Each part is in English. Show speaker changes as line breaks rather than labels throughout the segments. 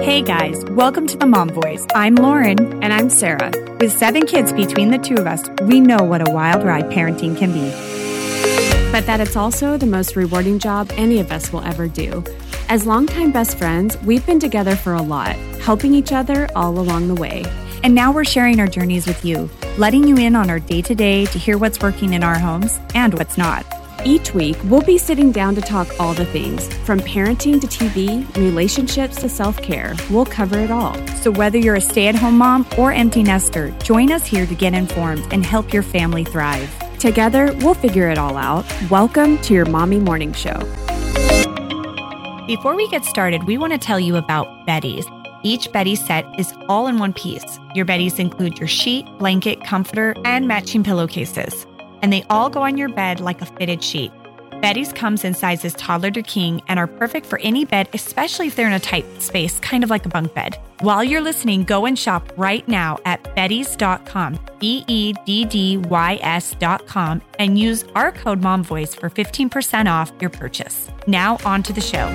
Hey guys, welcome to the Mom Voice. I'm Lauren.
And I'm Sarah.
With seven kids between the two of us, we know what a wild ride parenting can be.
But that it's also the most rewarding job any of us will ever do. As longtime best friends, we've been together for a lot, helping each other all along the way.
And now we're sharing our journeys with you, letting you in on our day to day to hear what's working in our homes and what's not.
Each week, we'll be sitting down to talk all the things from parenting to TV, relationships to self care. We'll cover it all.
So, whether you're a stay at home mom or empty nester, join us here to get informed and help your family thrive.
Together, we'll figure it all out. Welcome to your Mommy Morning Show.
Before we get started, we want to tell you about Betty's. Each Betty set is all in one piece. Your Betty's include your sheet, blanket, comforter, and matching pillowcases. And they all go on your bed like a fitted sheet. Betty's comes in sizes toddler to king and are perfect for any bed, especially if they're in a tight space, kind of like a bunk bed. While you're listening, go and shop right now at bettys.com, B E D D Y S.com, and use our code MOMVOICE for 15% off your purchase. Now, on to the show.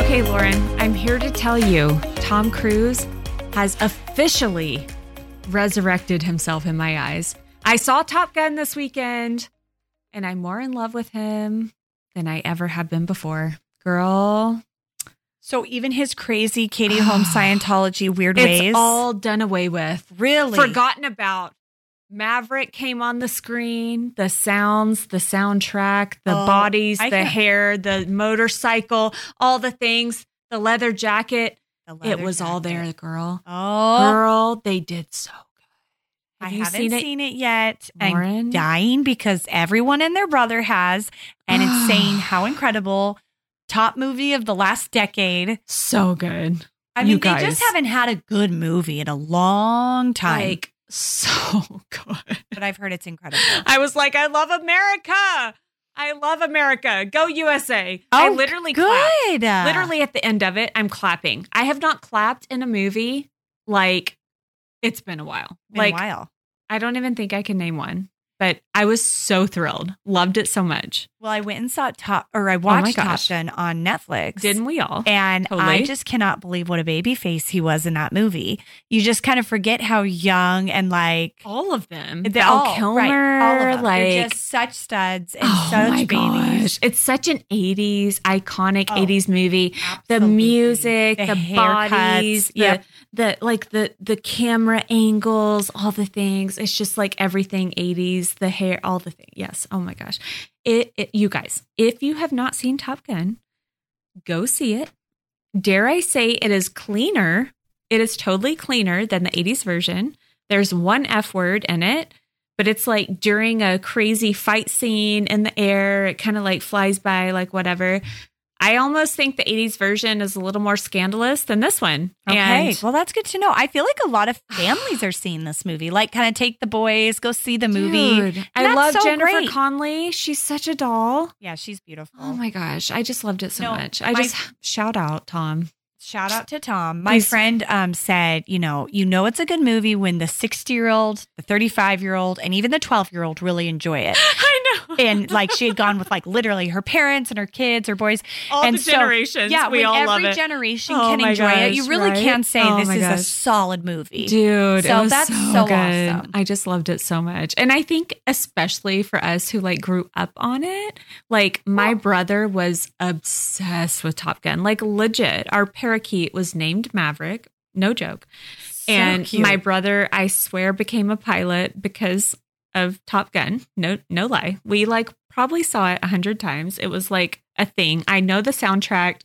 Okay, Lauren, I'm here to tell you Tom Cruise has officially resurrected himself in my eyes. I saw Top Gun this weekend and I'm more in love with him than I ever have been before. Girl,
So, even his crazy Katie Holmes Scientology weird
it's
ways.
all done away with.
really
Forgotten about. Maverick came on the screen, the sounds, the soundtrack, the
Oh,
bodies,
I
the
can-
hair, the motorcycle, all the things, the leather jacket. it was all there, girl.
Oh,
Girl, they did so
I
good. Have you
haven't
seen
seen
it?
it, yet.
Lauren?
I'm dying because everyone and their brother has, and it's saying how incredible. Top movie of the last decade.
So good.
I
You
mean, they
guys.
just haven't had a good movie in a long time.
Like, so good.
but I've heard it's incredible.
I was like, I love America. I love America. Go USA. I
Oh,
literally clapped.
Good.
Literally at the end of it, I'm clapping. I have not clapped in a movie like it's been a while.
like,
like I don't even think I can name one, but I was so thrilled. Loved it so much.
Well, I went and saw Top, or I
Oh my
watched Top
gosh.
Gun on Netflix.
Didn't we all?
And I
Totally.
just cannot believe what a baby face he was in that movie. You just kind of forget how young and like
all of them.
the-
Oh, Val
all-
Kilmer.
right, all of them. They're
Like
just such studs and
oh
such
my
babies.
gosh. It's such an 80s iconic
Oh.
80s movie. the
Absolutely.
music, the,
haircuts,
bodies,
yeah.
the the like the the camera angles, all the things. It's just like everything 80s, the hair, all the things. Yes. Oh my gosh. It, it you guys, if you have not seen Top Gun, go see it. Dare I say it is cleaner. It is totally cleaner than the 80s version. There's one F word in it, but it's like during a crazy fight scene in the air, it kind of like flies by like whatever. I almost think the 80s version is a little more scandalous than this one.
Okay.
And
well, that's good to know. I feel like a lot of families are seeing this movie. Like, kind of take the boys, go see the movie.
Dude, I
That's
love
so
Jennifer
great.
Conley. She's such a doll.
yeah, she's beautiful.
Oh my gosh. I just loved it so
No,
much. I
my-
just shout out, Tom.
Shout out to Tom. My
He's-
friend um, said, you know, you know it's a good movie when the 60 year old, the 35 year old, and even the 12 year old really enjoy it.
I know.
And like she had gone with like literally her parents and her kids, her boys.
all
and
the
so-
generations.
yeah,
we
when
all
every
love it.
generation
Oh
can
my
enjoy it, you
gosh,
really
right?
can say
Oh
this
my
is a
gosh.
solid movie.
Dude,
So
it was
that's
so,
so
good.
awesome.
I just loved it so much. And I think especially for us who like grew up on it, like my brother was obsessed with Top Gun. Like legit. Our parakeet was named Maverick. No joke.
So
and
cute.
my brother, I swear, became a pilot because of Top Gun. No, no lie. We like probably saw it a hundred times. It was like a thing. I know the soundtrack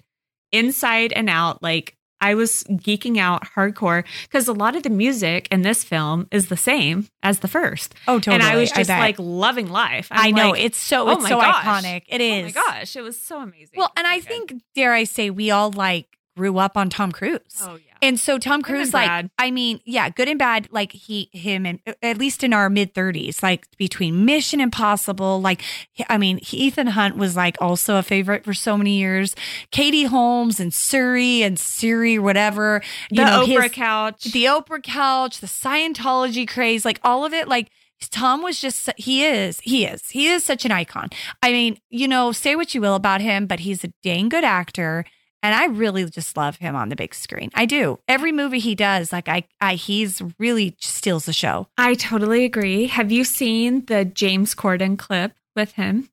inside and out. Like I was geeking out hardcore because a lot of the music in this film is the same as the first,
oh, totally.
and I was just
bet.
like loving life.
i
I'm
know
like,
it's so
oh
it's
my
so
gosh.
iconic. It
Oh
is.
my gosh, it was so amazing.
Well, and I
So good.
think dare I say we all like grew up on Tom Cruise.
oh yeah,
And so Tom
Good and
Cruise, like,
bad.
I mean, yeah, good and bad, like he, him, and uh, at least in our mid 30s, like between Mission Impossible, like, I mean, Ethan Hunt was like also a favorite for so many years. Katie Holmes and Suri and Siri, whatever.
the
You know,
Oprah
his-
couch,
the Oprah couch, the Scientology craze, like all of it, like Tom was just he is he is he is such an icon. I mean, you know, say what you will about him, but he's a dang good actor. And I really just love him on the big screen. I do. Every movie he does, like I, I he's really steals the show.
I totally agree. Have you seen the James Corden clip with him?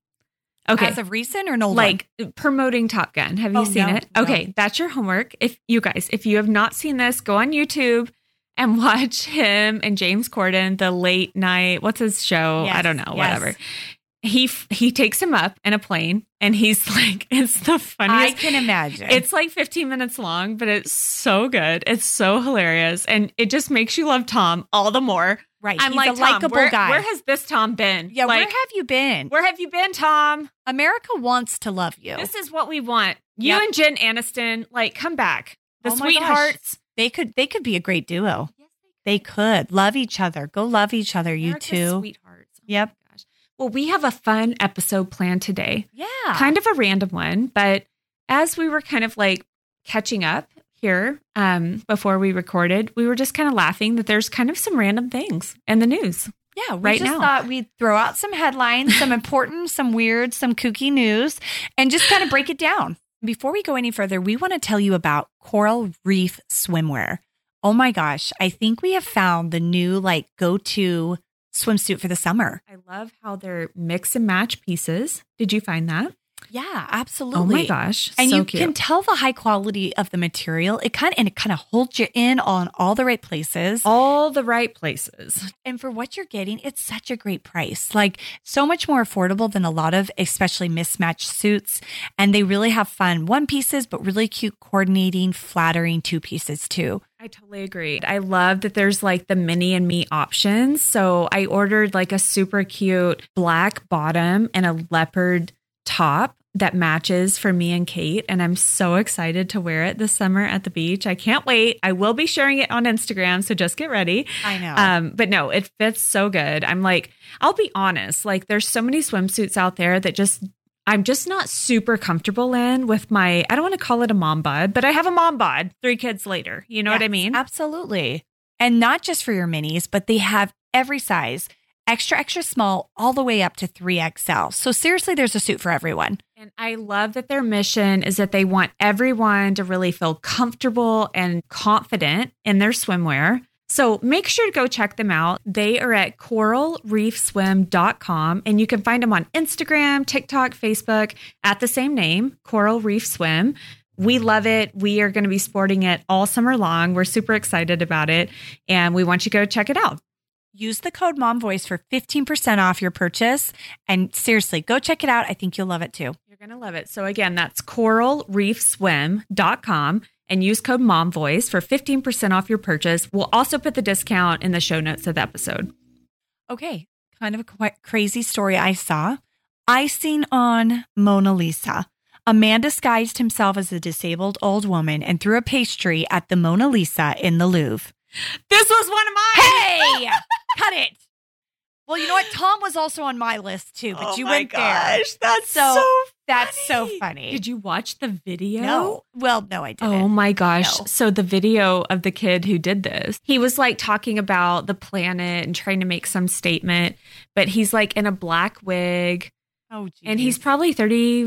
Okay.
As of recent or no?
like promoting Top Gun. Have you
Oh,
seen
no,
it?
no.
Okay, that's your homework. If you guys, if you have not seen this, go on YouTube and watch him and James Corden the late night. What's his show? I
Yes,
don't know.
yes.
Whatever. He f- he takes him up in a plane, and he's like, it's the
I
funniest.
can imagine.
It's like 15 minutes long, but it's so good. It's so hilarious, and it just makes you love Tom all the more.
right.
I'm
he's
like,
a
Tom,
likable
where-
guy.
Where has this Tom been?
yeah, where
Like,
have you been?
where have you been, Tom?
America wants to love you.
This is what we want. You
Yep.
and Jen Aniston, like, come back. The
Oh my gosh.
sweethearts.
They could they could be a great duo. They could love each other. Go love each other, you
America's
two.
Sweethearts. Oh my
Yep.
gosh. Well, we have a fun episode planned today.
Yeah.
Kind of a random one, but as we were kind of like catching up here um, before we recorded, we were just kind of laughing that there's kind of some random things in the news.
yeah, we
right
just
now.
thought we'd throw out some headlines, some important, some weird, some kooky news, and just kind of break it down. Before we go any further, we want to tell you about coral reef swimwear. Oh my gosh, I think we have found the new like go-to swimsuit for the summer.
I love how they're mix and match pieces. Did you find that?
Yeah, absolutely.
Oh my gosh.
And
so
you
cute.
can tell the high quality of the material. It kind of, and it kind of holds you in on all the right places.
all the right places.
And for what you're getting, it's such a great price. Like so much more affordable than a lot of especially mismatched suits. And they really have fun one pieces, but really cute coordinating, flattering two pieces too.
I totally agree. I love that there's like the mini and me options. So I ordered like a super cute black bottom and a leopard top that matches for me and Kate. And I'm so excited to wear it this summer at the beach. I can't wait. I will be sharing it on Instagram. So just get ready.
I know.
Um, but no, it fits so good. I'm like, I'll be honest, like there's so many swimsuits out there that just I'm just not super comfortable in with my I don't want to call it a mom bod, but I have a mom bod three kids later. You know what I
Yes,
mean?
Absolutely. And not just for your minis, but they have every size, extra, extra small, all the way up to 3XL. So seriously, there's a suit for everyone.
And I love that their mission is that they want everyone to really feel comfortable and confident in their swimwear. So make sure to go check them out. They are at coralreefswim.com and you can find them on Instagram, TikTok, Facebook at the same name, Coral Reef Swim. We love it. We are going to be sporting it all summer long. We're super excited about it and we want you to go check it out.
Use the code MOMVOICE for 15% off your purchase. And seriously, go check it out. I think you'll love it too.
You're going to love it. So again, that's coralreefswim.com and use code MOMVOICE for 15% off your purchase. We'll also put the discount in the show notes of the episode.
Okay, kind of a qu- crazy story I saw. Icing on Mona Lisa. A man disguised himself as a disabled old woman and threw a pastry at the Mona Lisa in the Louvre.
This was one of mine.
Hey, cut it. Well, you know what? Tom was also on Oh my list too,
Oh
but you went there.
That's
So,
so
That's so funny.
Did you watch the video?
No. Well, no, I didn't.
Oh my gosh.
No.
So the video of the kid who did this, he was like talking about the planet and trying to make some statement, but he's like in a black wig.
oh, geez.
And he's probably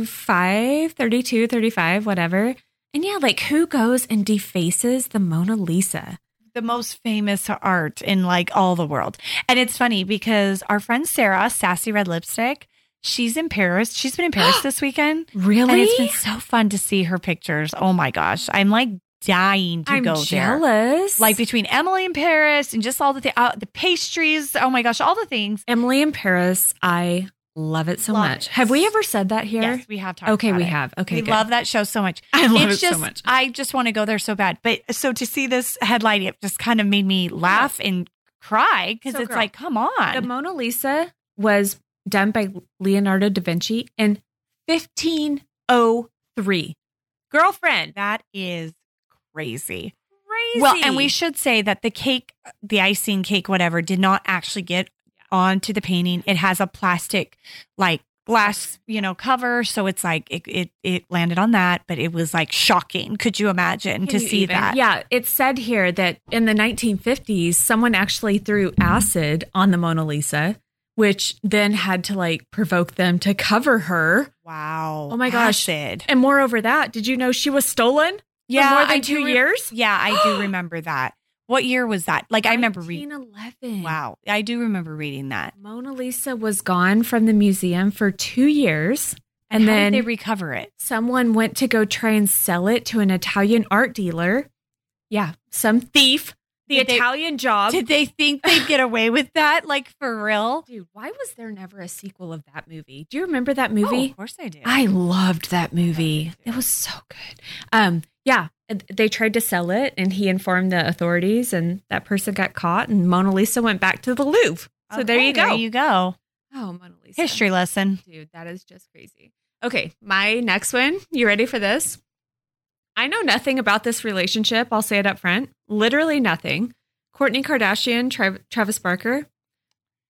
35, 32, 35, whatever. And yeah, like who goes and defaces the Mona Lisa?
the most famous art in like all the world. And it's funny because our friend Sarah, Sassy Red Lipstick, she's in Paris. She's been in Paris this weekend.
Really?
And it's been so fun to see her pictures. Oh my gosh. I'm like dying to
I'm
go there.
jealous.
Like between Emily in Paris and just all the thi- uh, the pastries. Oh my gosh, all the things.
Emily in Paris, I love it so
Love
much.
it.
Have we ever said that here?
Yes, we have talked
okay,
about
we
it.
have. Okay,
we
good.
love that show so much.
I love
it's
it
just,
so much.
I just want to go there so bad. But so to see this headline, it just kind of made me laugh and cry because
So,
it's
girl,
like, come on.
The Mona Lisa was done by Leonardo da Vinci in 1503. Girlfriend.
That is crazy.
Crazy.
Well, and we should say that the cake, the icing cake, whatever, did not actually get onto the painting. It has a plastic, like glass, you know, cover. So it's like it it, it landed on that, but it was like shocking. Could you imagine to
Can you
see
even-
that?
Yeah, it said here that in the 1950s, someone actually threw acid on the Mona Lisa, which then had to like provoke them to cover her.
Wow.
Oh my gosh.
Acid.
And moreover, that did you know she was stolen?
Yeah.
more than
I do
two
re-
years?
Yeah, I do remember that. What year was that? Like I remember reading.
1911.
Wow. I do remember reading that.
Mona Lisa was gone from the museum for two years, and,
how
then
did they recover it.
someone went to go try and sell it to an Italian art dealer. Yeah, some thief. The
Did they-
Italian job.
Did they think they'd get away with that? Like for real?
Dude, why was there never a sequel of that movie? Do you remember that
Oh,
movie?
of course I do.
I loved that movie.
too.
It was so good. Um, yeah, they tried to sell it, and he informed the authorities, and that person got caught, and Mona Lisa went back to the Louvre. So there
Okay,
you go.
There you go.
oh, Mona Lisa.
History lesson.
Dude, that is just crazy. Okay, my next one. You ready for this? I know nothing about this relationship. I'll say it up front. Literally nothing. Courtney Kardashian, Tra- Travis Barker.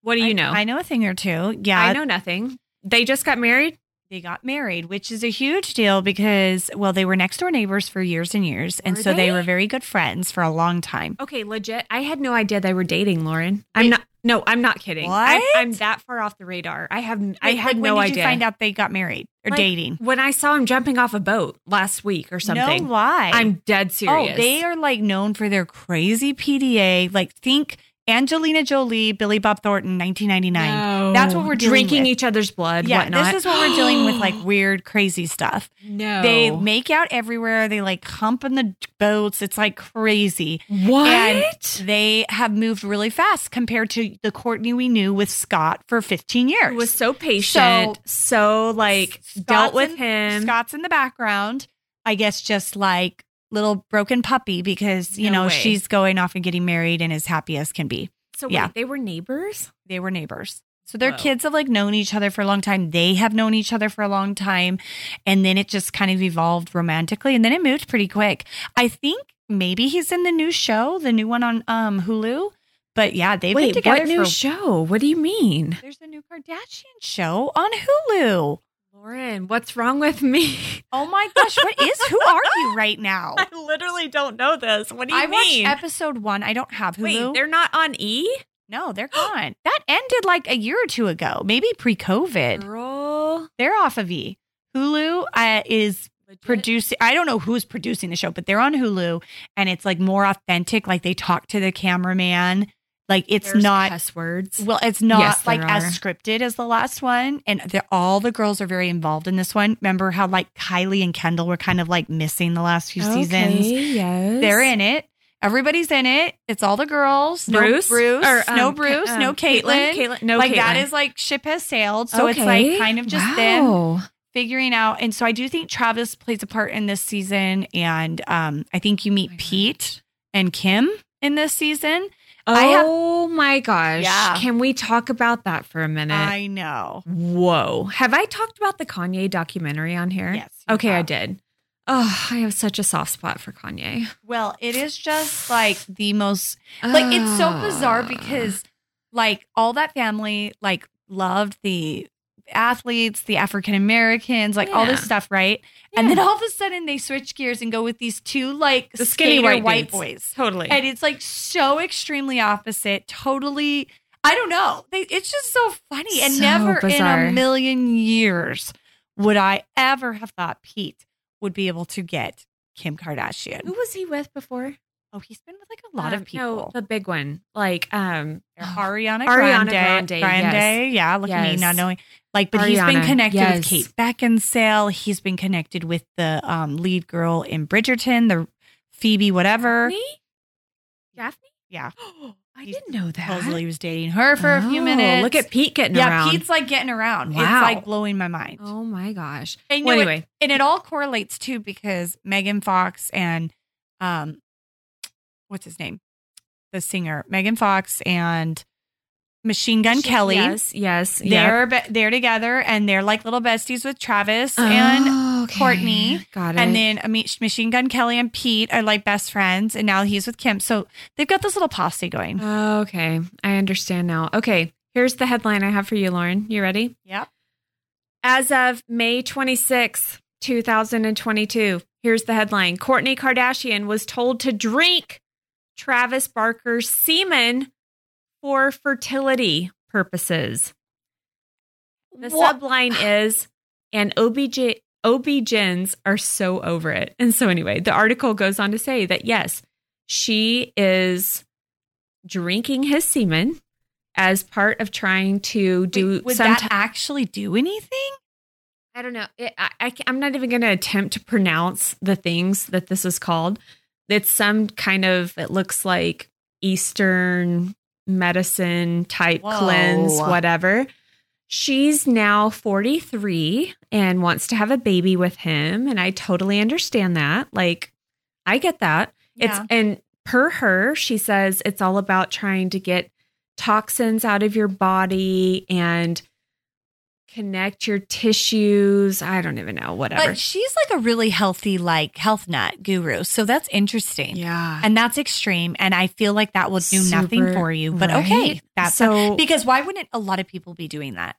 What do you
I-
know?
I, know a thing or two. Yeah.
I know nothing. They just got married.
They got married, which is a huge deal because, well, they were next door neighbors for years and years. And
Were
so they?
they?
were very good friends for a long time.
Okay, legit. I had no idea they were dating, Lauren. I'm not. No, I'm not kidding. I,
What?
I'm that far off the radar. I have. I
Like,
had
like,
no
when did
idea.
you find out they got married or
Like,
dating?
when I saw him jumping off a boat last week or something.
No lie.
I'm dead serious.
Oh, they are like known for their crazy PDA. Like think Angelina Jolie, Billy Bob Thornton, 1999. That's what we're dealing
drinking
with.
each other's blood.
yeah,
whatnot.
this is what we're dealing with, like weird, crazy stuff.
no.
They make out everywhere. They like hump in the boats. It's like crazy.
what?
And they have moved really fast compared to the Courtney we knew with Scott for 15
It
years.
was so patient, so, like
Scott's
dealt with
in-
him.
Scott's in the background, I guess, just like little broken puppy because you
No
know
way.
she's going off and getting married and as happy as can be.
so
yeah.
wait, they were neighbors.
They were neighbors. So their
Whoa.
kids have like known each other for a long time. They have known each other for a long time. And then it just kind of evolved romantically. And then it moved pretty quick. I think maybe he's in the new show, the new one on um Hulu. But yeah, they've been
wait,
together
what new
for
show? What do you mean,
There's a new Kardashian show on Hulu.
Lauren? What's wrong with me?
Oh my gosh, what is who are you right now?
I literally don't know this. What do you
I
mean?
watched episode one. I don't have Hulu.
wait, they're not on E.
no, they're gone. that ended like a year or two ago, maybe
Mm.
pre-COVID.
Girl,
They're off of E. Hulu uh, is
legit.
producing. I don't know who's producing the show, but they're on Hulu, and it's like more authentic. Like they talk to the cameraman. Like it's
There's
not
cuss words.
Well, it's not
Yes, there
like as
are.
scripted as the last one, and the, all the girls are very involved in this one. Remember how like Kylie and Kendall were kind of like missing the last few seasons?
Yes,
They're in it. Everybody's in it. It's all the girls.
Bruce,
no Bruce,
Or,
no
um, Ca-
Bruce, no
um,
Caitlyn.
Caitlyn, no
like that
Caitlyn.
is like ship has sailed. So it's like kind of just them
wow.
figuring out. And so I do think Travis plays a part in this season, and um, I think you meet
my
Pete and Kim in this season. I have-
Oh my gosh.
Yeah.
Can we talk about that for a minute?
I know.
Whoa. Have I talked about the Kanye documentary on here?
Yes, you
Okay, I
have.
did. Oh, I have such a soft spot for Kanye.
Well, it is just like the most like it's so bizarre
Ah.
because like all that family like loved the athletes, the African Americans, like all this
Yeah.
stuff, right? And then
Yeah.
all of a sudden they switch gears and go with these two like
The skinny
skater
white
white
dudes.
boys.
totally.
And it's like so extremely opposite, totally I don't know. They, it's just so funny and
So
never in
bizarre.
a million years would I ever have thought Pete would be able to get Kim Kardashian.
Who was he with before?
Oh, he's been with like a lot
Um,
of people.
No, the big one. Like um
Oh, Ariana,
Ariana
Grande,
Grande, yes.
yeah. Look at me
Yes.
not knowing. Like, but he's been
Ariana,
connected with
yes.
Kate Beckinsale. He's been connected with the um, lead girl in Bridgerton, the Phoebe, whatever.
Me? Daphne?
Yeah.
I
He's-
didn't know that.
Supposedly, he was dating her for a few
Oh,
minutes.
Look at Pete getting
yeah,
around.
Pete's like getting around. It's
Wow.
like blowing my mind.
oh my gosh.
And you
Well,
know what-
anyway,
and it all correlates too because Megan Fox and um what's his name? The singer. Megan Fox and Machine Gun
She-
Kelly.
Yes, yes, yeah.
They're be- they're together and they're like little besties with Travis and
Oh, okay.
Courtney,
Got it.
and then I mean, Machine Gun Kelly and Pete are like best friends and now he's with Kim. So they've got this little posse going.
Oh. okay, I understand now. Okay, here's the headline I have for you, Lauren. You ready?
Yep.
As of May 26, 2022, here's the headline: Courtney Kardashian was told to drink Travis Barker's semen for fertility
purposes.
The
What?
subline is, and OBJ, OBGYNs are so over it. And so, anyway, the article goes on to say that yes, she is drinking his semen as part of trying to do
Wait, would
some.
that actually do anything?
I don't know. It, I, I, am not even going to attempt to pronounce the things that this is called. It's some kind of, it looks like Eastern medicine type
Whoa.
cleanse, whatever. She's now 43 and wants to have a baby with him. And I totally understand that. Like, I get that. It's and per her, she says it's all about trying to get toxins out of your body and connect your tissues. I don't even know, whatever.
But she's like a really healthy, like health nut guru. So that's interesting.
yeah.
And that's extreme. And I feel like that will do nothing
Super-
for you. But
right?
okay. That's
so
because why wouldn't a lot of people be doing that?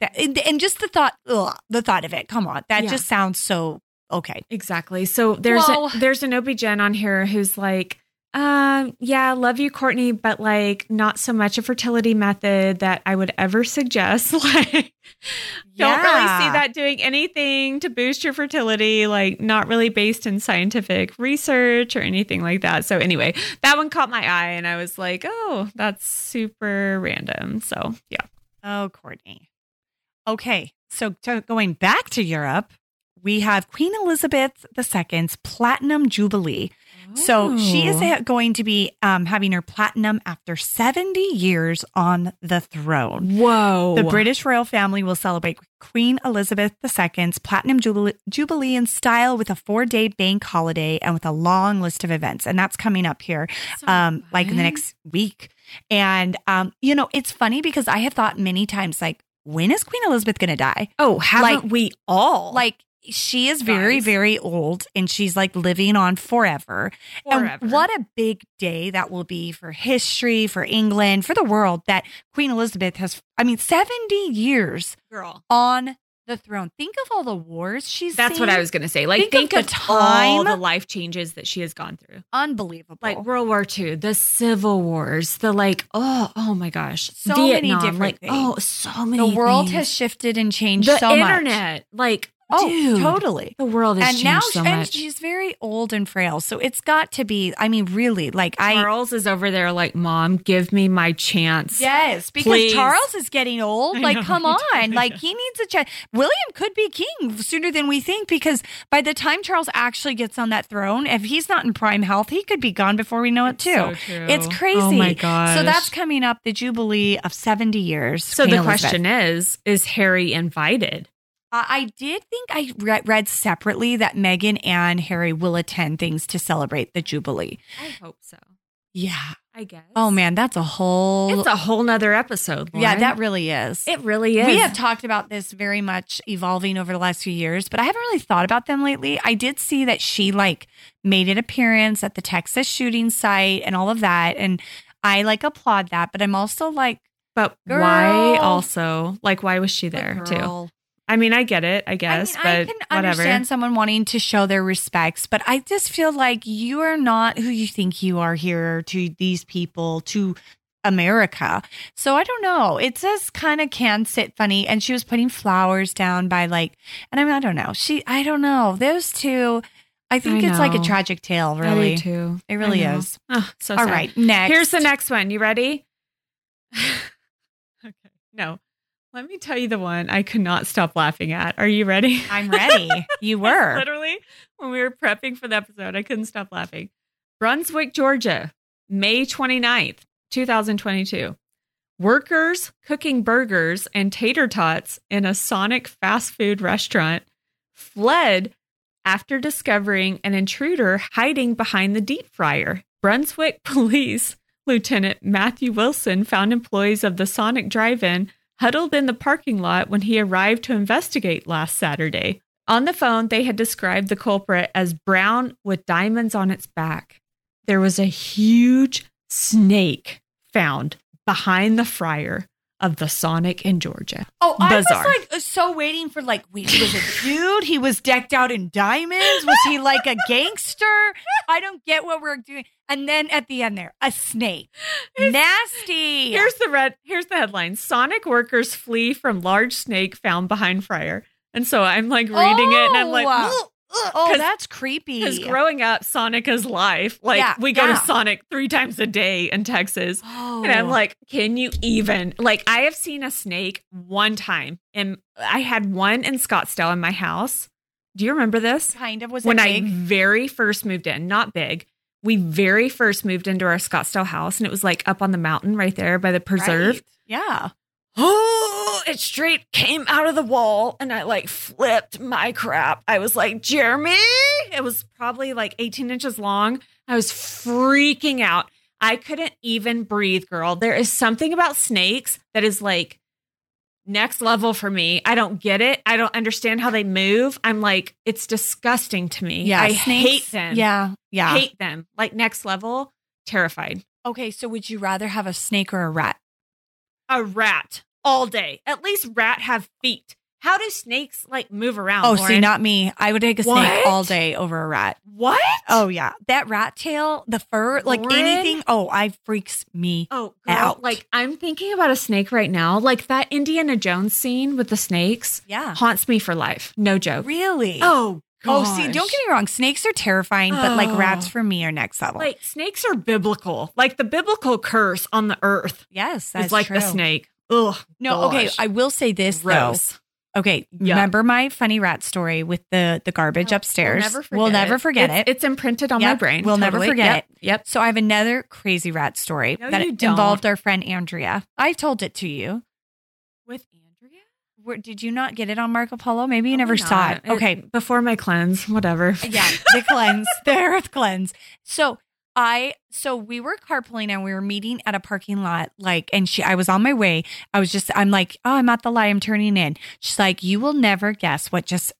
That- and, and just the thought, ugh, the thought of it. Come on. That
Yeah.
just sounds so okay.
exactly. So there's
Whoa.
a, there's an OB-GYN on here who's like, um, yeah, love you, Courtney, but like not so much a fertility method that I would ever suggest. like don't really see that doing anything to boost your fertility, like not really based in scientific research or anything like that. So anyway, that one caught my eye and I was like, oh, that's super random. So yeah.
Oh, Courtney. Okay. So to, going back to Europe, we have Queen Elizabeth II's Platinum Jubilee. So she
Oh.
is ha- going to be um, having her platinum after 70 years on the throne.
Whoa.
The British royal family will celebrate Queen Elizabeth II's Platinum Jubilee, Jubilee in style with a four day bank holiday and with a long list of events. And that's coming up here,
Oh
um, like in the next week. And, um, you know, it's funny because I have thought many times, like, when is Queen Elizabeth going to die?
Oh, haven't
like-
we all?
Like, she is very,
Guys.
very old and she's like living on forever.
forever.
And what a big day that will be for history, for England, for the world that Queen Elizabeth has, I mean, 70 years
girl.
on the throne. Think of all the wars she's
That's what
seen.
I was gonna say. Like
Think
think,
of
of,
the time.
all the life changes that she has gone through.
Unbelievable.
Like World War II, the Civil Wars, the like, oh, oh my gosh.
So many
Vietnam,
different
like,
things.
Oh, so many
the world
things.
has shifted and changed
the
so much.
internet. Like,
Oh,
dude,
totally.
The world has
And
changed
now
so
and
much.
she's very old and frail. So it's got to be, I mean, really, like I.
Charles is over there like, Mom, give me my chance.
Yes, because
Please.
Charles is getting old.
I
Like,
know,
come
I
on.
know.
Like, he needs a chance. William could be king sooner than we think because by the time Charles actually gets on that throne, if he's not in prime health, he could be gone before we know it, too.
So true.
It's crazy.
Oh my gosh.
So that's coming up the Jubilee of 70 years.
So
Queen
the
Elizabeth.
question is, is Harry invited?
Uh, I did think I re- read separately that Meghan and Harry will attend things to celebrate the Jubilee.
I hope so.
Yeah.
I guess.
Oh, man, that's a whole.
It's a whole nother episode.
yeah,
Lauren.
that really is.
it really is.
We have talked about this very much evolving over the last few years, but I haven't really thought about them lately. I did see that she like made an appearance at the Texas shooting site and all of that. And I like applaud that, but I'm also like,
But
Girl.
why also? Like, why was she there too?
girl.
I mean, I get it, I
I,
guess,
mean,
but
I can
whatever.
understand someone wanting to show their respects, but I just feel like you are not who you think you are here to these people, to America. So I don't know. It just kind of can sit funny. And she was putting flowers down by like, and I mean, I don't know. She, I don't know. Those two, I think
I
it's like a
know.
tragic tale,
I do,
really.
too.
It really
I know.
is.
Oh, so
All
sad.
right, next.
Here's the next one. You ready? okay. No. Let me tell you the one I could not stop laughing at. Are you ready?
I'm ready. You were.
Literally, when we were prepping for the episode, I couldn't stop laughing. Brunswick, Georgia, May 29th, 2022. Workers cooking burgers and tater tots in a Sonic fast food restaurant fled after discovering an intruder hiding behind the deep fryer. Brunswick police Lieutenant Matthew Wilson found employees of the Sonic Drive In huddled in the parking lot when he arrived to investigate last Saturday. On the phone, they had described the culprit as brown with diamonds on its back. There was a huge snake found behind the fryer. of the Sonic in Georgia.
Oh, I
Bizarre.
was like so waiting for like, wait, he was a dude. He was decked out in diamonds. Was he like a gangster? I don't get what we're doing. And then at the end there, a snake. Nasty.
Here's the red. Here's the headline: Sonic workers flee from large snake found behind fryer. And so I'm like reading it, and I'm like,
Oh. oh,
'Cause-
that's creepy.
because growing up, Sonic is life. Like
Yeah,
we go to
yeah.
Sonic three times a day in Texas,
Oh.
and I'm like, can you even? Like I have seen a snake one time, and I had one in Scottsdale in my house. Do you remember this?
kind of was
when
it
I
big?
very first moved in, not big. We very first moved into our Scottsdale house, and it was like up on the mountain right there by the preserve.
Right. Yeah.
Oh, it straight came out of the wall and I like flipped my crap. I was like, Jeremy, it was probably like 18 inches long. I was freaking out. I couldn't even breathe, girl. There is something about snakes that is like next level for me. I don't get it. I don't understand how they move. I'm like, it's disgusting to me.
Yeah.
I
snakes.
hate them.
Yeah. Yeah.
Hate them. Like next level, terrified.
Okay. So would you rather have a snake or a rat?
a rat all day. At least rat have feet. How do snakes like move around?
Oh, see,
Lauren?
not me. I would take a snake
What?
all day over a rat.
what?
Oh yeah, that rat tail, the fur, like
Lauren?
anything. Oh, I freaks me.
oh,
Out.
out. Like I'm thinking about a snake right now. Like that Indiana Jones scene with the snakes
Yeah,
haunts me for life. No joke.
really.
Oh,
oh, see, don't get me wrong. Snakes are terrifying, but like
Oh.
rats for me are next level.
like snakes are biblical. Like the biblical curse on the earth
yes, that's
is like
true.
the snake. Ugh.
No, okay.
gosh.
I will say this
Gross.
though. Okay,
Yeah.
remember my funny rat story with the the garbage
Oh,
upstairs.
We'll never forget,
We'll never forget
It's-
it.
It's imprinted on my
Yep.
brain.
We'll never forget
Yep. Yep.
So I have another crazy rat story
No,
that
you don't.
involved our friend Andrea. I told it to you.
With Andrea.
Where, did you not get it on Marco Polo? Maybe you never
Probably
saw it.
not.
Okay,
before my cleanse, whatever.
yeah, the cleanse, the earth cleanse. So I, so we were carpooling and we were meeting at a parking lot, like, and she, I was on my way. I was just, I'm like, oh, I'm at the light, I'm turning in. She's like, you will never guess what just,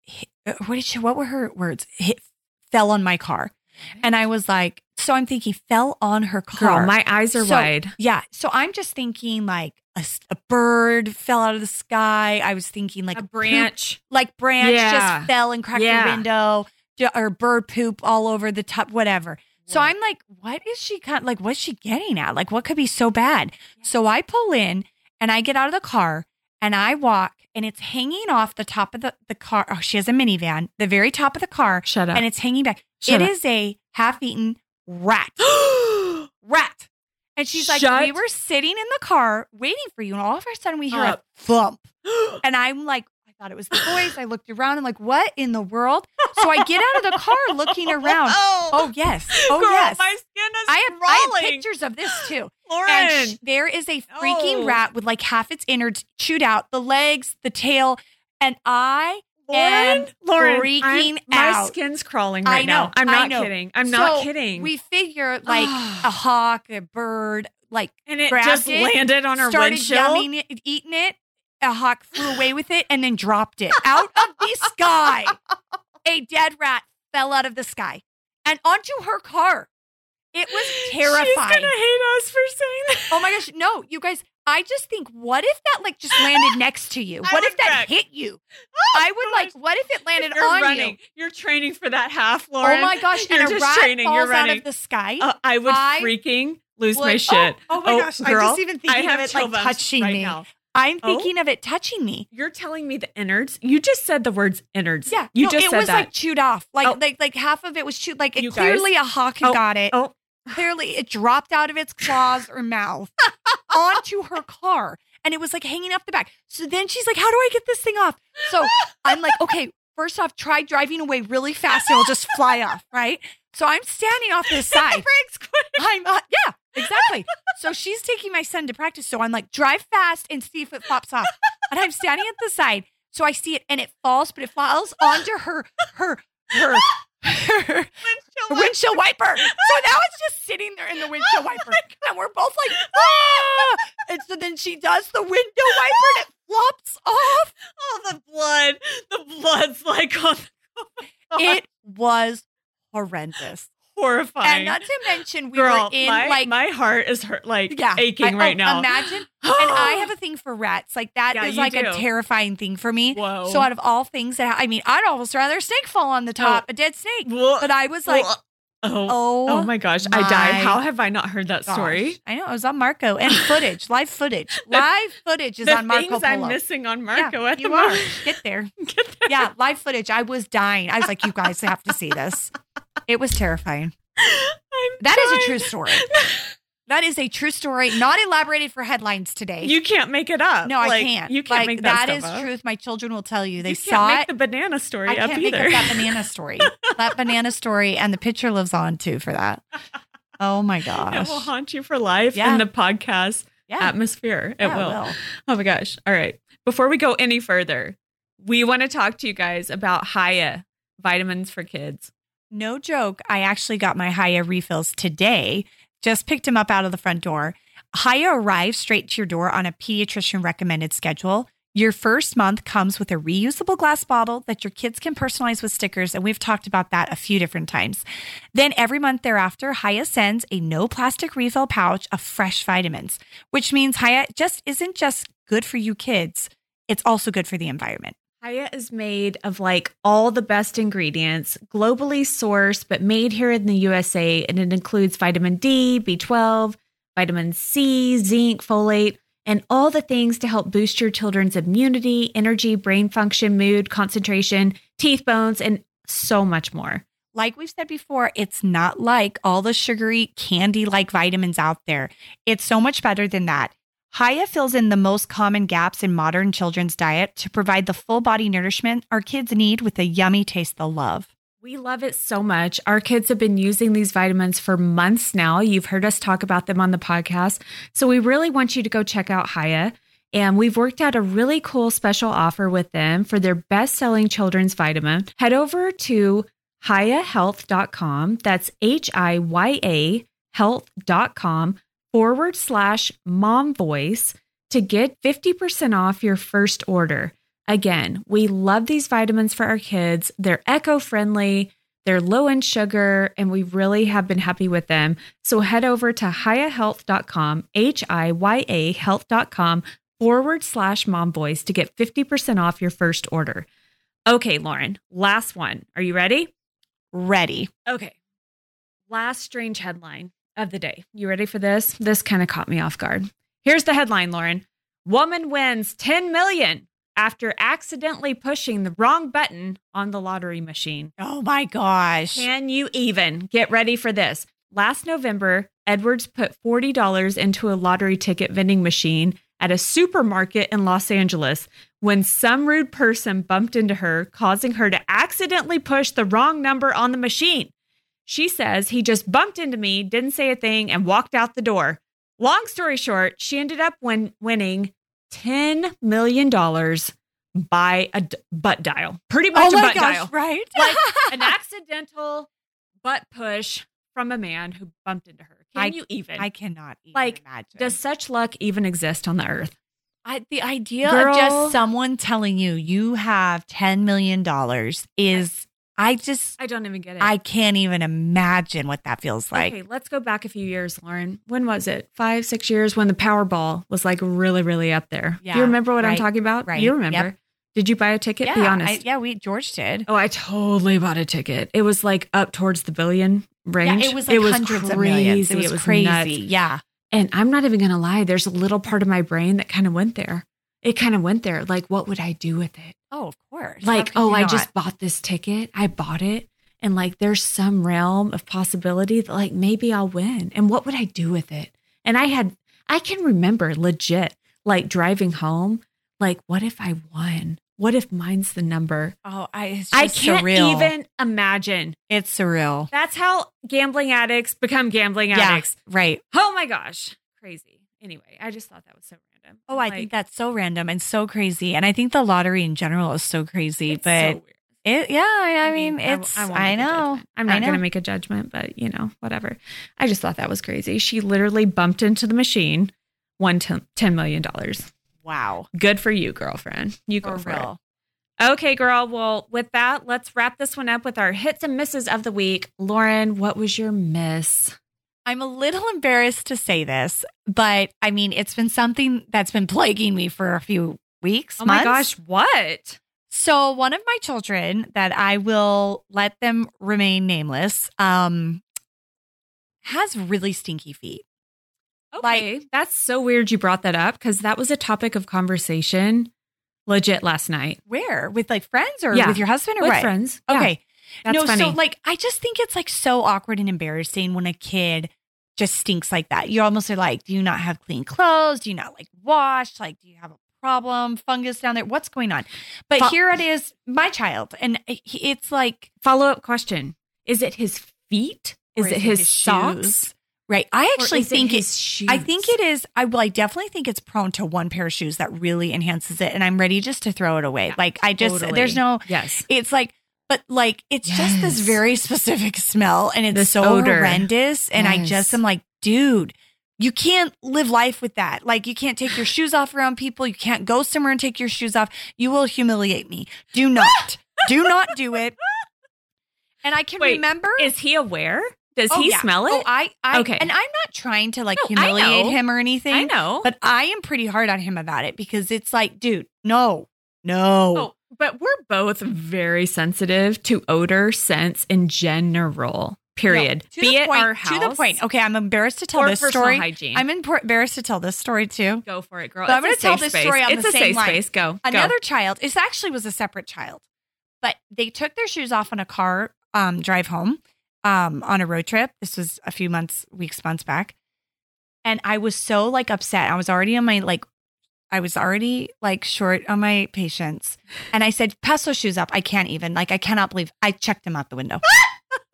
hit, uh, what did she, what were her words? Hit, fell on my car. And I was like, so I'm thinking, fell on her car.
Girl, my eyes are
So-
wide.
yeah. So I'm just thinking like a, s- a bird fell out of the sky. I was thinking like
A
poop
branch.
like branch
Yeah.
just fell and cracked your
Yeah.
window j- or bird poop all over the top, whatever. So I'm like, what is she got? Like, what's she getting at? Like, what could be so bad? So I pull in and I get out of the car and I walk and it's hanging off the top of the, the car. Oh, she has a minivan, the very top of the car,
Shut up.
and it's hanging back.
Shut
It
up.
is a half eaten rat. rat. And she's like,
Shut
we were sitting in the car waiting for you. And all of a sudden we hear
Up.
a thump. And I'm like, I thought it was the voice. I looked around and like, what in the world? So I get out of the car looking around.
Oh,
Oh yes. Oh
Girl,
yes.
My skin is
I have, I have
crawling.
pictures of this too. And
Lauren.
sh- there is a freaking
No.
rat with like half its innards chewed out, the legs, the tail, and I am
Lauren, Lauren,
freaking
I'm- my
out.
skin's crawling
I
right
know,
now. I'm
I
not
know.
kidding. I'm not
So
kidding.
we figure like
Ah.
a hawk, a bird, like
and it
grabbed
just
it,
landed on our
started
windshield.
yumming it, eating it. A hawk flew away with it and then dropped it out of the sky. A dead rat fell out of the sky and onto her car. It was terrifying.
She's gonna hate us for saying that.
Oh my gosh, no, you guys, I just think what if that like just landed next to you?
I
What if
would
that
wreck.
hit you? I would like what if it landed
You're
on
running.
you?
You're training for that half, Lauren.
Oh my gosh,
You're
and a
just
rat
training.
falls
You're
out
running.
of the sky.
Uh, I would
I
freaking lose my
Like,
shit.
Oh, oh my
Oh,
gosh, I'm
girl,
just even
I
thinking of
have
it
chill
like
bumps
touching
right
me.
now.
I'm
Oh.
thinking of it touching me.
You're telling me the innards. You just said the words innards.
Yeah,
you
no,
just
it
said
was
that.
like chewed off, like
Oh.
like like half of it was chewed. Like it,
You guys-
clearly a hawk
Oh,
got it.
oh.
Clearly, it dropped out of its claws or mouth onto her car, and it was like hanging up the back. So then she's like, "How do I get this thing off?" So I'm like, "Okay, first off, try driving away really fast, and it'll just fly off, right?" So I'm standing off this side.
Frank's quick.
I'm uh, yeah, exactly. So she's taking my son to practice. So I'm like, drive fast and see if it pops off. And I'm standing at the side, so I see it and it falls, but it falls onto her her her her
Oh
windshield wiper. So now it's just sitting there in the windshield wiper, and we're both like, ah! And so then she does the window wiper and it flops off.
Oh, the blood. The blood's like on.
It was horrendous.
horrifying.
And not to mention, we
Girl,
were in
my,
like
my heart is hurt, like
yeah,
aching
I-
right
oh,
now.
Imagine, and I have a thing for rats. Like that is
Oh. Yeah, you
like a
do.
terrifying thing for me.
Whoa. Oh.
So out of all things that I mean, I'd almost rather a snake fall on the top, a dead snake.
Well,
But I was like,
well, oh,
oh,
oh my gosh, I died.
my
How have I not heard that
gosh.
story?
I know it was on Marco and footage, live footage, live footage is
the
on Marco
things
Polo.
I'm missing on
Yeah,
Marco at the
you are.
moment.
Get there.
Get there.
Yeah, live footage. I was dying. I was like, you guys have to see this. It was terrifying.
I'm
That is
dying.
a true story. That is a true story, not elaborated for headlines today.
You can't make it up.
no, I
Uh, Like,
can't.
You can't
like,
make that,
That
stuff
is
up.
truth. My children will tell you. They
you
saw
can't
it.
make the banana story
I
up
can't make
either.
up that banana story. that banana story, and the picture lives on too for that. Oh my
it
gosh!
will haunt you for life
Yeah.
in the podcast
Yeah,
atmosphere. It
yeah,
will. Oh my gosh. All right. Before we go any further, we want to talk to you guys about Haya vitamins for kids.
No joke. I actually got my Haya refills today. Just picked them up out of the front door. Haya arrives straight to your door on a pediatrician recommended schedule. Your first month comes with a reusable glass bottle that your kids can personalize with stickers, and we've talked about that a few different times. Then every month thereafter, Haya sends a no plastic refill pouch of fresh vitamins, which means Haya just isn't just good for you kids, it's also good for the environment.
Haya is made of like all the best ingredients, globally sourced, but made here in the USA. And it includes vitamin D, B12, vitamin C, zinc, folate, and all the things to help boost your children's immunity, energy, brain function, mood, concentration, teeth, bones, and so much more.
like we've said before, it's not like all the sugary candy like vitamins out there. It's so much better than that. Haya fills in the most common gaps in modern children's diet to provide the full body nourishment our kids need with a yummy taste they'll love.
We love it so much. Our kids have been using these vitamins for months now. You've heard us talk about them on the podcast. So we really want you to go check out Haya. And we've worked out a really cool special offer with them for their best selling children's vitamin. Head over to E hayahealth.com. That's H I Y A health.com forward slash mom voice to get 50% off your first order. Again, we love these vitamins for our kids. They're eco friendly, they're low in sugar, and we really have been happy with them. So head over to hyahealth.com, H I Y A health.com forward slash mom voice to get 50% off your first order. Okay, Lauren, last one. Are you ready?
Ready.
Okay. Last strange headline of the day. You ready for this? This kind of caught me off guard. Here's the headline, Lauren. Woman wins 10 million after accidentally pushing the wrong button on the lottery machine.
Oh my gosh.
Can you even get ready for this? Last November, Edwards put $40 into a lottery ticket vending machine at a supermarket in Los Angeles when some rude person bumped into her, causing her to accidentally push the wrong number on the machine. She says he just bumped into me, didn't say a thing, and walked out the door. Long story short, she ended up win- winning $10 million by a d- butt dial. Pretty
Oh
much a
my
butt
gosh,
dial
right?
like an accidental butt push from a man who bumped into her. Can
I-
you even?
I cannot even
Like,
imagine.
does such luck even exist on the earth?
I, the idea
Girl.
of just someone telling you you have $10 million is, I just,
I don't even get it.
I can't even imagine what that feels like.
okay, let's go back a few years, Lauren. When was it? Five, six years when the Powerball was like really, really up there. Do
Yeah,
you remember what I'm
right,
talking about?
right,
You remember?
yep.
Did you buy a ticket? Be honest.
I- yeah, we George did.
oh, I totally bought a ticket. It was like up towards the billion range.
Yeah, it was like hundreds of millions. It was, crazy.
nuts.
Yeah.
And I'm not even going to lie, there's a little part of my brain that kind of went there. It kind of went there. Like, what would I do with it?
Oh, of course.
Like, oh, I just bought this ticket. I bought it. And like, there's some realm of possibility that, like, maybe I'll win. And what would I do with it? And I had, I can remember legit, like, driving home, like, what if I won? What if mine's the number?
Oh, I. It's
I
just
can't
surreal.
even imagine.
It's surreal.
That's how gambling addicts become gambling addicts.
Yeah. Right.
Oh my gosh, crazy. Anyway, I just thought that was so random.
Oh, I think that's so random and so crazy, and I think the lottery in general is so crazy. but it, yeah, I, I mean, it's. I, know.
I'm
I
not going to
know.
make a judgment, but you know, whatever. I just thought that was crazy. She literally bumped into the machine, won ten- $10 million.
Wow.
Good for you, girlfriend. You go
For
for, it.
real.
Okay, girl. Well, with that, let's wrap this one up with our hits and misses of the week. Lauren, what was your miss?
I'm a little embarrassed to say this, but I mean, it's been something that's been plaguing me for a few weeks.
Oh my
months.
gosh, what?
So, one of my children that I will let them remain nameless um, has really stinky feet.
Okay. that's so weird you brought that up because that was a topic of conversation legit last night
Where? With like friends or
Yeah.
with your husband or
with
what?
friends. Yeah,
Okay.
that's
no,
funny.
so like I just think it's like so awkward and embarrassing when a kid just stinks like that. You almost are like, do you not have clean clothes? Do you not like wash? Like, do you have a problem? Fungus down there? What's going on? But
Fo-
here it is, my child, and it- it's like
Follow up question Is it his feet?
Or
Is it his, socks?
shoes? Right. I
Or
actually
is
think
it
it.
his shoes.
I think it is. I well, I definitely think it's prone to one pair of shoes that really enhances it, and I'm ready just to throw it away. Like I just
Totally.
there's no.
Yes.
It's like, but like it's just this
Yes.
very specific smell, and it's
This
so
odor.
horrendous. And I
Yes.
just am like, dude, you can't live life with that. Like you can't take your shoes off around people. You can't go somewhere and take your shoes off. You will humiliate me. Do not, do not do it. And I can
Wait,
remember.
Is he aware? Does
Oh,
he
yeah.
smell it?
Oh, I, I
Okay.
And I'm not trying to like
No, I
humiliate
know.
him or anything.
I know.
But I am pretty hard on him about it because it's like, dude, no, no.
Oh, but we're both very sensitive to odor, scents in general. Period.
No. To
Be
the
it
point,
our house
To the point. Okay, I'm embarrassed to tell
or
this
personal
story.
hygiene.
I'm impor- embarrassed to tell this story too.
go for it, girl.
But I'm
It's a
gonna tell
safe
this
space.
story on
It's
the
a
same
safe
line.
space. Go. go.
Another child. This actually was a separate child, but they took their shoes off on a car um, drive home um, on a road trip. This was a few months, weeks, months back, and I was so like upset. I was already on my like, I was already like short on my patience, and I said, "Pass those shoes up. I can't even. Like, I cannot believe I chucked them out the window."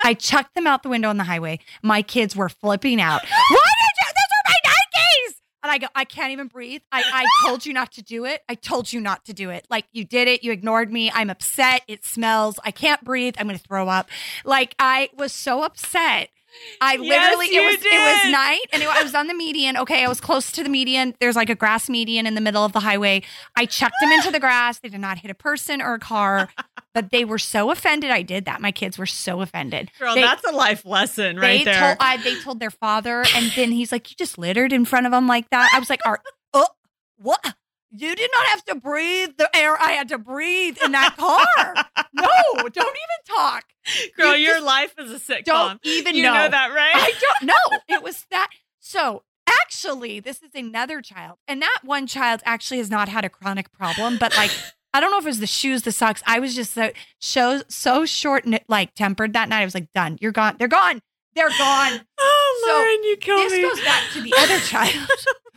I chucked them out the window on the highway. My kids were flipping out. Why did you? Those are my Nikes. And I go, I can't even breathe. I, I told you not to do it. I told you not to do it. Like you did it. You ignored me. I'm upset. It smells. I can't breathe. I'm going to throw up. Like I was so upset. I
Yes,
literally,
you
it was it
did.
was night, and it, I was on the median. Okay, I was close to the median. There's like a grass median in the middle of the highway. I chucked them into the grass. They did not hit a person or a car, but they were so offended. I did that. My kids were so offended.
girl.
They-
that's a life lesson
they Told, I, they told their father, and then he's like, "You just littered in front of him like that." I was like, "Are oh, what? You did not have to breathe the air I had to breathe in that car. no, don't even talk.
girl,
you
your
just
life is a sitcom.
Don't even
Um, you know that, right?
I don't know. It was that. So actually, this is another child, and that one child actually has not had a chronic problem, but like. I don't know if it was the shoes, the socks. I was just so so, so short, and like tempered that night. I was like, "Done. You're gone. They're gone. They're gone."
oh,
So,
Lauren, you killed
this
me.
goes back to the other child.
Oh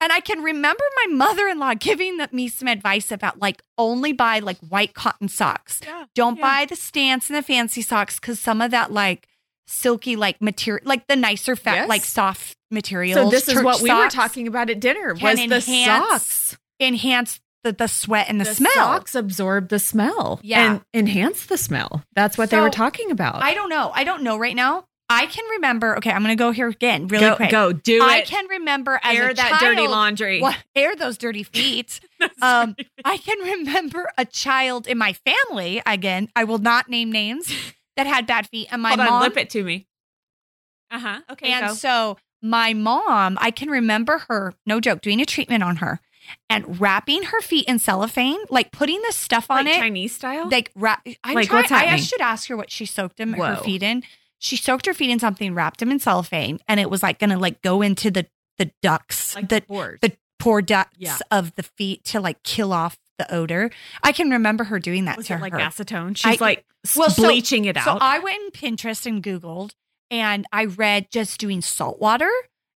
and I can remember my mother in law giving the- me some advice about like only buy like white cotton socks.
Yeah,
Don't
yeah.
buy the stance and the fancy socks because some of that like silky like material, like the nicer fat,
Yes.
like soft materials.
so this is
church
what we were
socks,
talking about at dinner
can
was the
enhance
socks.
Enhance the, the sweat and the, smell.
socks absorb the smell
Yeah.
and enhance the smell. That's what they were
So,
talking about.
I don't know. I don't know right now. I can remember. Okay, I'm going to go here again really
go,
quick.
go do
I
it.
can remember as
air
a
that dirty
child-
laundry.
What, air those dirty feet. um, I can remember a child in my family. Again, I will not name names that had bad feet, and my
Hold
mom.
on, lip it to me. Uh huh. Okay,
and
go.
so my mom, I can remember her. No joke, doing a treatment on her and wrapping her feet in cellophane, like putting this stuff on
like
it,
Chinese style.
like wrap. I'm
Like,
trying-
what's
I
happening?
should ask her what she soaked them
Whoa.
her feet in. She soaked her feet in something, wrapped them in cellophane, and it was like going to like go into the the ducts,
like
the
boards.
the poor ducts
Yeah.
of the feet to like kill off the odor. I can remember her doing that
was
to
it like
her.
acetone? She's
I-
like s-
Well, so-
bleaching it
so
out.
I went in Pinterest and Googled and I read just doing salt water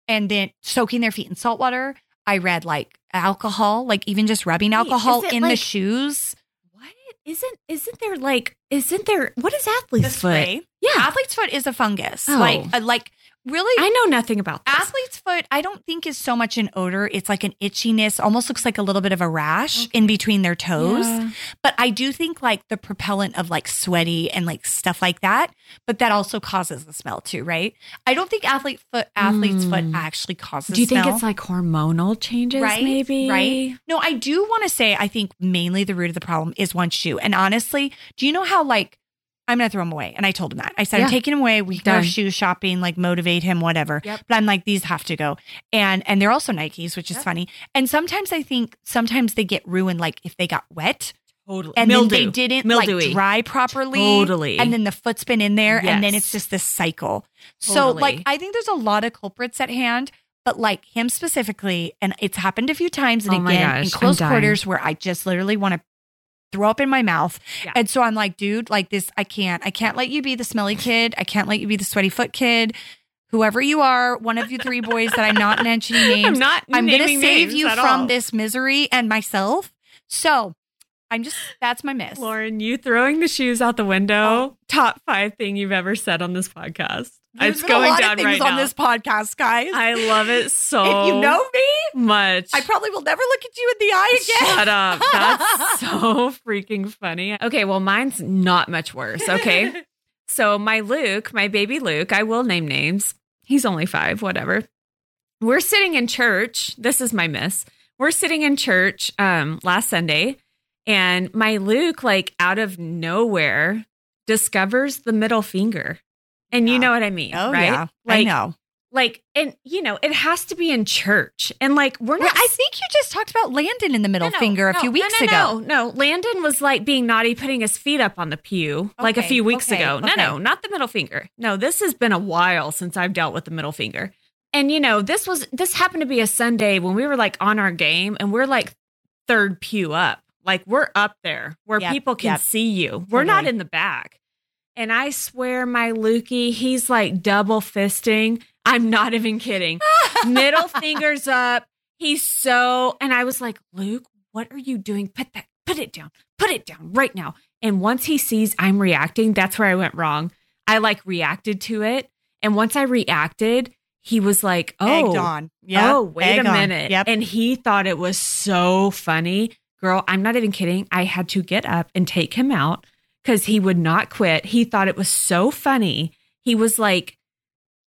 and then soaking their feet in salt water. I read like alcohol, like even just rubbing
Wait,
alcohol
is it
in the
like
shoes.
what isn't isn't there like isn't there what is athlete's foot?
Yeah. Athlete's foot is a fungus.
Oh.
Like, uh, like really
I know nothing about this.
Athlete's foot, I don't think is so much an odor. It's like an itchiness, almost looks like a little bit of a rash in between their toes.
Yeah.
But I do think like the propellant of like sweaty and like stuff like that. But that also causes the smell too, right? I don't think athlete foot athlete's foot
Mm.
actually causes.
Do you think
smell.
it's like hormonal changes?
Right,
Maybe.
right. No, I do want to say I think mainly the root of the problem is one shoe. And honestly, do you know how like I'm gonna throw him away? And I told him that. I said
Yeah.
I'm taking him away. We can go
Done.
shoe shopping, like motivate him, whatever.
Yep.
But I'm like, these have to go. And and they're also Nikes, which is
Yep.
funny. And sometimes I think sometimes they get ruined, like if they got wet
Totally.
and
Mildew.
then they didn't
Mildewy.
like dry properly.
Totally.
And then the foot's been in there, and then
Yes.
it's just this cycle. So
Totally.
like I think there's a lot of culprits at hand, but like him specifically, and it's happened a few times and
Oh my
again
gosh,
in
I'm
close
dying.
quarters where I just literally want to throw up in my mouth.
Yeah.
And so I'm like, dude, like this, I can't. I can't let you be the smelly kid. I can't let you be the sweaty foot kid. Whoever you are, one of you three boys that I'm not mentioning names.
I'm not.
I'm going to
naming
save
names
you
at
from
all.
this misery and myself. So I'm just, that's my miss.
Lauren, you throwing the shoes out the window. Top five thing you've ever said on this podcast.
Oh. There's
it's
been
going
a lot
down
of things
right
on
now.
this podcast, guys.
I love it so.
if you know me,
much.
I probably will never look at you in the eye again.
Shut up. That's so freaking funny. Okay, well, mine's not much worse. Okay. so, my Luke, my baby Luke, I will name names. He's only five, whatever. We're sitting in church. This is my miss. We're sitting in church um, last Sunday, and my Luke, like out of nowhere, discovers the middle finger. And you
Yeah.
know what I mean,
Oh
right?
yeah,
like,
I know.
Like, and you know, it has to be in church. And like, we're
Well,
not
I think you just talked about Landon in the middle
no, no,
finger a
no,
few
no,
weeks
no,
ago.
No, no, Landon was like being naughty, putting his feet up on the pew like a
Okay,
few weeks
okay,
ago. No, no, not the middle finger. No, this has been a while since I've dealt with the middle finger. And you know, this was this happened to be a Sunday when we were like on our game and we're like third pew up. Like we're up there where
Yep,
people can
yep.
see you. We're not
Totally.
in the back. And I swear my Lukey, he's like double fisting. I'm not even kidding. middle fingers up. He's so and I was like, Luke, what are you doing? Put that, put it down, put it down right now. And once he sees I'm reacting, that's where I went wrong. I like reacted to it. And once I reacted, he was like, Oh,
Egged on. Yeah.
oh, wait a
Egg on.
minute.
Yep.
And he thought it was so funny. Girl, I'm not even kidding. I had to get up and take him out because he would not quit. He thought it was so funny. He was like,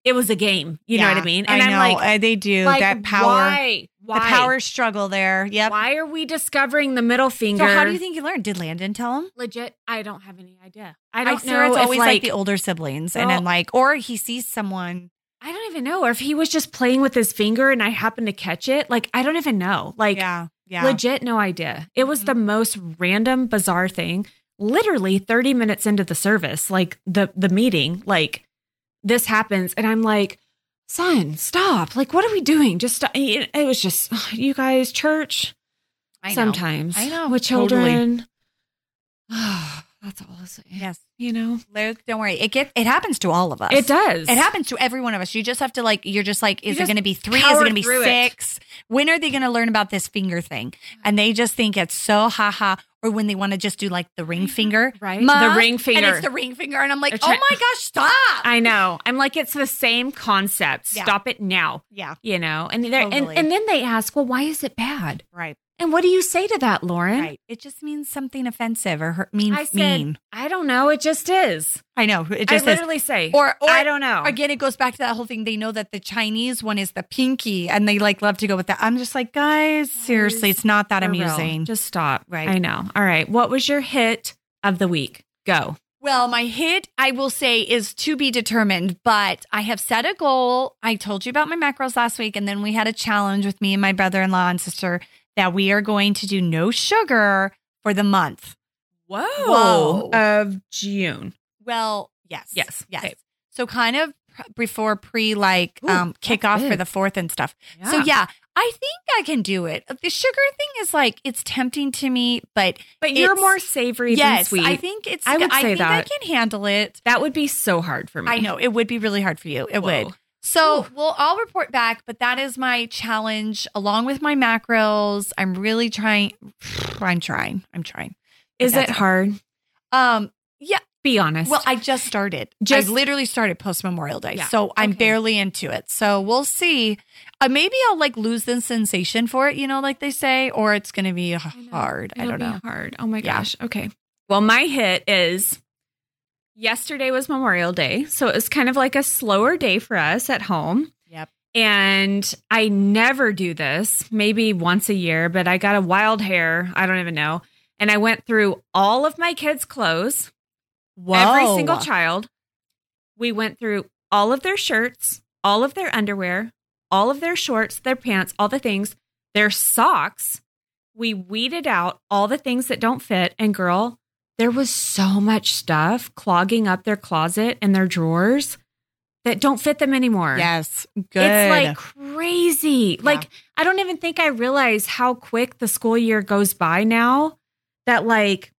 it was a game. You know what
Yeah,
I mean? And
I
am
know.
like,
Uh, they do
like,
that power.
Why?
The
Why?
power struggle there. Yep.
Why are we discovering the middle
So
finger?
how do you think you learned? Did Landon tell him?
Legit, I don't have any idea. I don't
I'm
know.
sure it's
if,
always
like,
the older siblings, and
Well-
then like, or he sees someone.
I don't even know, or if he was just playing with his finger and I happened to catch it. Like I don't even know. Like
yeah, yeah.
legit, no idea. It was
Mhm.
the most random, bizarre thing. Literally 30 minutes into the service, like the the meeting, like this happens, and I'm like, son, stop! Like what are we doing? Just stop. it it was just you guys church.
I know.
sometimes.
I know,
With
totally.
children. That's all I'll say.
Yes.
You know?
Luke, don't worry. It get it happens to all of us.
It does.
It happens to every one of us. You just have to like. You're just like,
You
is it
just
going to be three? Is it
power
going to be
through it.
six? When are they going to learn about this finger thing? And they just think it's so haha. Or when they want to just do like the ring finger,
Mm-hmm. Right.
Ma,
The ring finger.
and it's the ring finger, and I'm like,
They're
oh
try-
my gosh, stop!
I know. I'm like, it's the same concept.
Yeah.
Stop it now.
yeah,
You know? And, they're and
Totally.
and then they ask, well, why is it bad?
right,
And what do you say to that, Lauren?
right. It just means something offensive or hurt, mean.
I said,
mean.
I don't know. It just is.
I know. It just
I
is.
literally say,
Or- or-
I don't know.
Again, it goes back to that whole thing. They know that the Chinese one is the pinky, and they like love to go with that. I'm just like, guys, seriously, it's not that
For real.
amusing.
Just stop.
Right.
I know. All right. What was your hit of the week? Go.
Well, my hit, I will say, is to be determined, but I have set a goal. I told you about my macros last week, and then we had a challenge with me and my brother in law and sister that we are going to do no sugar for the month.
Whoa.
Whoa.
Of June.
Well, yes.
Yes.
Yes.
Okay.
So, kind of pr- before pre like
Ooh,
um, kickoff for
big.
the fourth and stuff. So, yeah, I think I can do it. The sugar thing is like, it's tempting to me, but
But you're
It's-
more savory than
yes,
sweet.
I think it's,
I would
I
say
think
that.
I can handle it.
that would be so hard for me.
I know it would be really hard for you. It
Whoa.
would. So we'll all report back, but that is my challenge along with my macros. I'm really trying. I'm trying. I'm trying.
Is it
That's-
hard?
Um, yeah,
Be honest.
Well, I just started.
Just-
Just I literally started post Memorial Day,
Yeah.
so I'm
Okay.
barely into it. So we'll see. Uh, maybe I'll like lose the sensation for it, you know, like they say, or it's going to be hard. I
It'll
don't
be
know.
Hard. Oh my
Yeah.
gosh. Okay. Well, my hit is yesterday was Memorial Day. So it was kind of like a slower day for us at home.
Yep.
And I never do this, maybe once a year, but I got a wild hair. I don't even know. And I went through all of my kids' clothes,
Whoa.
every single child. We went through all of their shirts, all of their underwear, all of their shorts, their pants, all the things, their socks. We weeded out all the things that don't fit. And girl, there was so much stuff clogging up their closet and their drawers that don't fit them anymore.
Yes, good.
It's like crazy. Like I don't even think I realize how quick the school year goes by now that like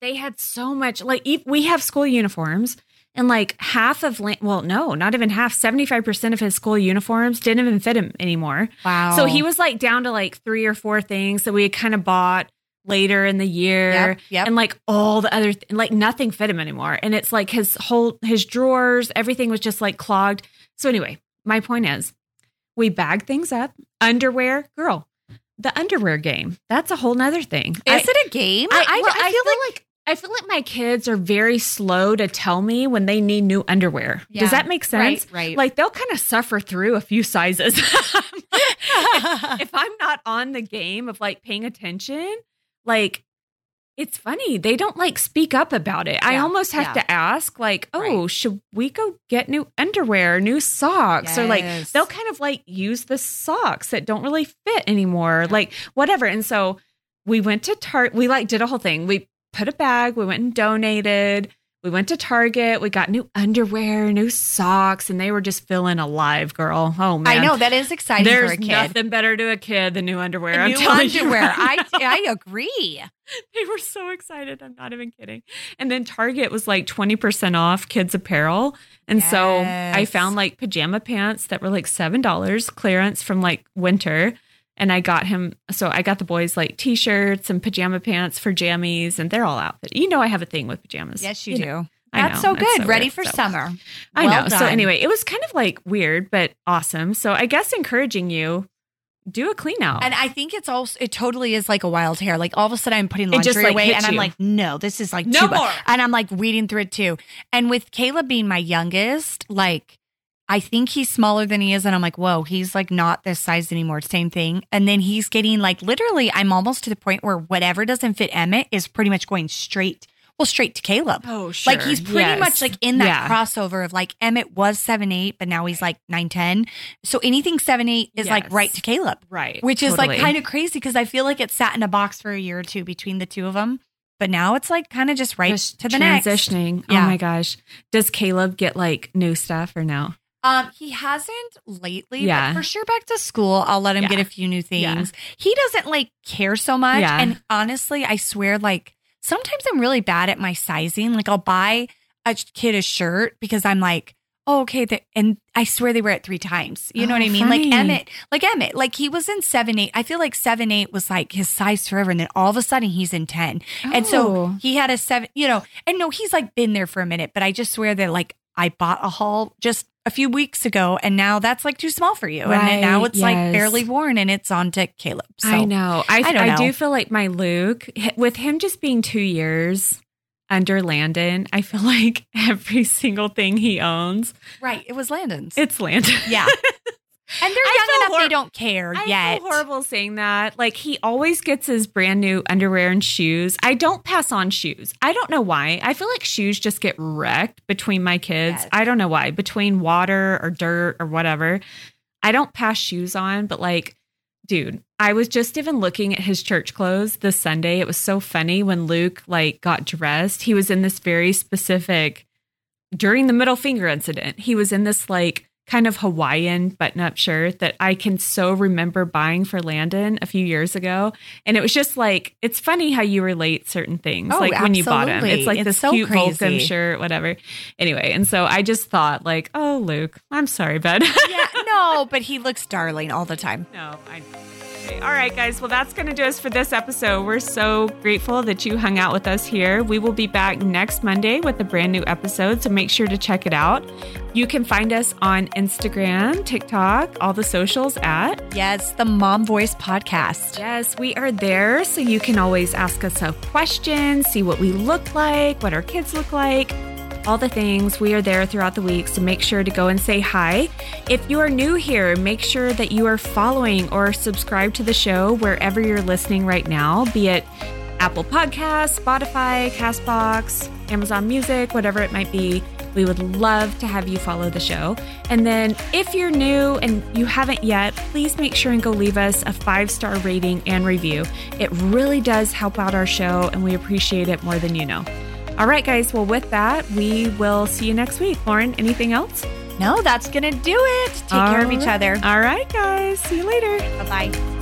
they had so much like e- we have school uniforms and like half of Lan- well no, not even half, 75% of his school uniforms didn't even fit him anymore.
wow.
So he was like down to like three or four things that we had kind of bought later in the year
Yep. yep.
and like all the other th- like nothing fit him anymore and it's like his whole his drawers everything was just like clogged so anyway my point is we bag things up underwear girl the underwear game that's a whole nother thing
Is it a game?
I, I, well, I feel like, i feel like my kids are very slow to tell me when they need new underwear
Yeah.
does that make sense
right, right.
like they'll kind of suffer through a few sizes if I'm not on the game of like paying attention, like it's funny. They don't like speak up about it. I
Yeah,
almost have
yeah.
to ask, like, oh,
Right.
should we go get new underwear, new socks? Or like
Yes.
they'll kind of like use the socks that don't really fit anymore, like whatever. And so we went to Tart. We like did a whole thing. We put a bag, we went and donated. We went to Target. We got new underwear, new socks, and they were just feeling alive, girl. Oh man,
I know that is exciting
there's
for a kid.
nothing better to a kid than new underwear. I'm
New
telling you
underwear.
right
I
now.
I agree.
they were so excited. I'm not even kidding. And then Target was like 20% off kids apparel. And so I
Yes.
found like pajama pants that were like $7 clearance from like winter. And I got him, so I got the boys like t shirts and pajama pants for jammies, and they're all outfit. You know, I have a thing with pajamas.
Yes, you,
know.
do.
I
That's
know.
so
It's
good. Ready
weird.
for
So-
summer.
I
Well
know. So
done.
anyway, it was kind of like weird, but awesome. So I guess encouraging you do a clean out.
And I think it's also it totally is like a wild hair. Like all of a sudden I'm putting
It
laundry
just, like,
away
hits
and I'm
you.
like, no, this is like
No
too much.
more.
And I'm like reading through it too. And with Caleb being my youngest, like I think he's smaller than he is, and I'm like, whoa, he's like not this size anymore. Same thing. And then he's getting like literally, I'm almost to the point where whatever doesn't fit Emmett is pretty much going straight, well, straight to Caleb.
oh,
Like he's pretty much like in that
Yeah.
crossover of like Emmett was seven eight, but now he's like nine ten. So anything seven eight is like
Yes.
right to Caleb
right,
which is like
totally.
kind of crazy because I feel like it sat in a box for a year or two between the two of them, but now it's like kind of just right
Just
to the next.
transitioning.
Yeah.
Oh my gosh. Does Caleb get like new stuff or no?
Um, he hasn't lately,
Yeah.
but for sure back to school, I'll let him
Yeah.
get a few new
Yeah.
things. He doesn't like care so much,
Yeah.
and honestly, I swear, like sometimes I'm really bad at my sizing. Like I'll buy a ch- kid a shirt because I'm like. Oh, okay. The, and I swear they wear it three times. You know
Oh,
what I mean? Like
funny.
Emmett, like Emmett, like he was in seven, eight. I feel like seven, eight was like his size forever. And then all of a sudden he's in 10. And so
Oh.
he had a seven, you know, and no, he's like been there for a minute, but I just swear that like I bought a haul just a few weeks ago and now that's like too small for you. and then now
Right,
it's like
yes.
barely worn and it's on to Caleb. So
I know.
I
I, I,
don't know.
do feel like my Luke, h- with him just being two years under Landon, I feel like every single thing he owns,
right. It was Landon's.
it's Landon.
yeah. And they're
I
young
feel
enough they
hor-
don't care
I
yet.
feel horrible saying that. Like he always gets his brand new underwear and shoes. I don't pass on shoes. I don't know why. I feel like shoes just get wrecked between my kids.
Yes.
I don't know why. Between water or dirt or whatever. I don't pass shoes on, but like dude, I was just even looking at his church clothes this Sunday. It was so funny when Luke like got dressed. He was in this very specific during the middle finger incident. He was in this like kind of Hawaiian button-up shirt that I can so remember buying for Landon a few years ago. And it was just like it's funny how you relate certain things
Oh,
like when you bought him.
absolutely.
It's like
It's
this
so
cute Vulcan
crazy.
shirt, whatever. Anyway, and so I just thought like, "Oh, Luke, I'm sorry, bud."
yeah. No, but he looks darling all the time.
no, I Absolutely. All right, guys. Well, that's going to do us for this episode. We're so grateful that you hung out with us here. We will be back next Monday with a brand new episode, so make sure to check it out. You can find us on Instagram, TikTok, all the socials at.
Yes, the Mom Voice Podcast.
Yes, we are there. So you can always ask us a question, see what we look like, what our kids look like, all the things. We are there throughout the week. So make sure to go and say hi. If you are new here, make sure that you are following or subscribe to the show wherever you're listening right now, be it Apple Podcasts, Spotify, Castbox, Amazon Music, whatever it might be. We would love to have you follow the show. And then if you're new and you haven't yet, please make sure and go leave us a five star rating and review. It really does help out our show, and we appreciate it more than you know. All right, guys. Well, with that, we will see you next week. Lauren, anything else?
No, that's going to do it. Take care of each other.
All right, guys. See you later.
Bye bye.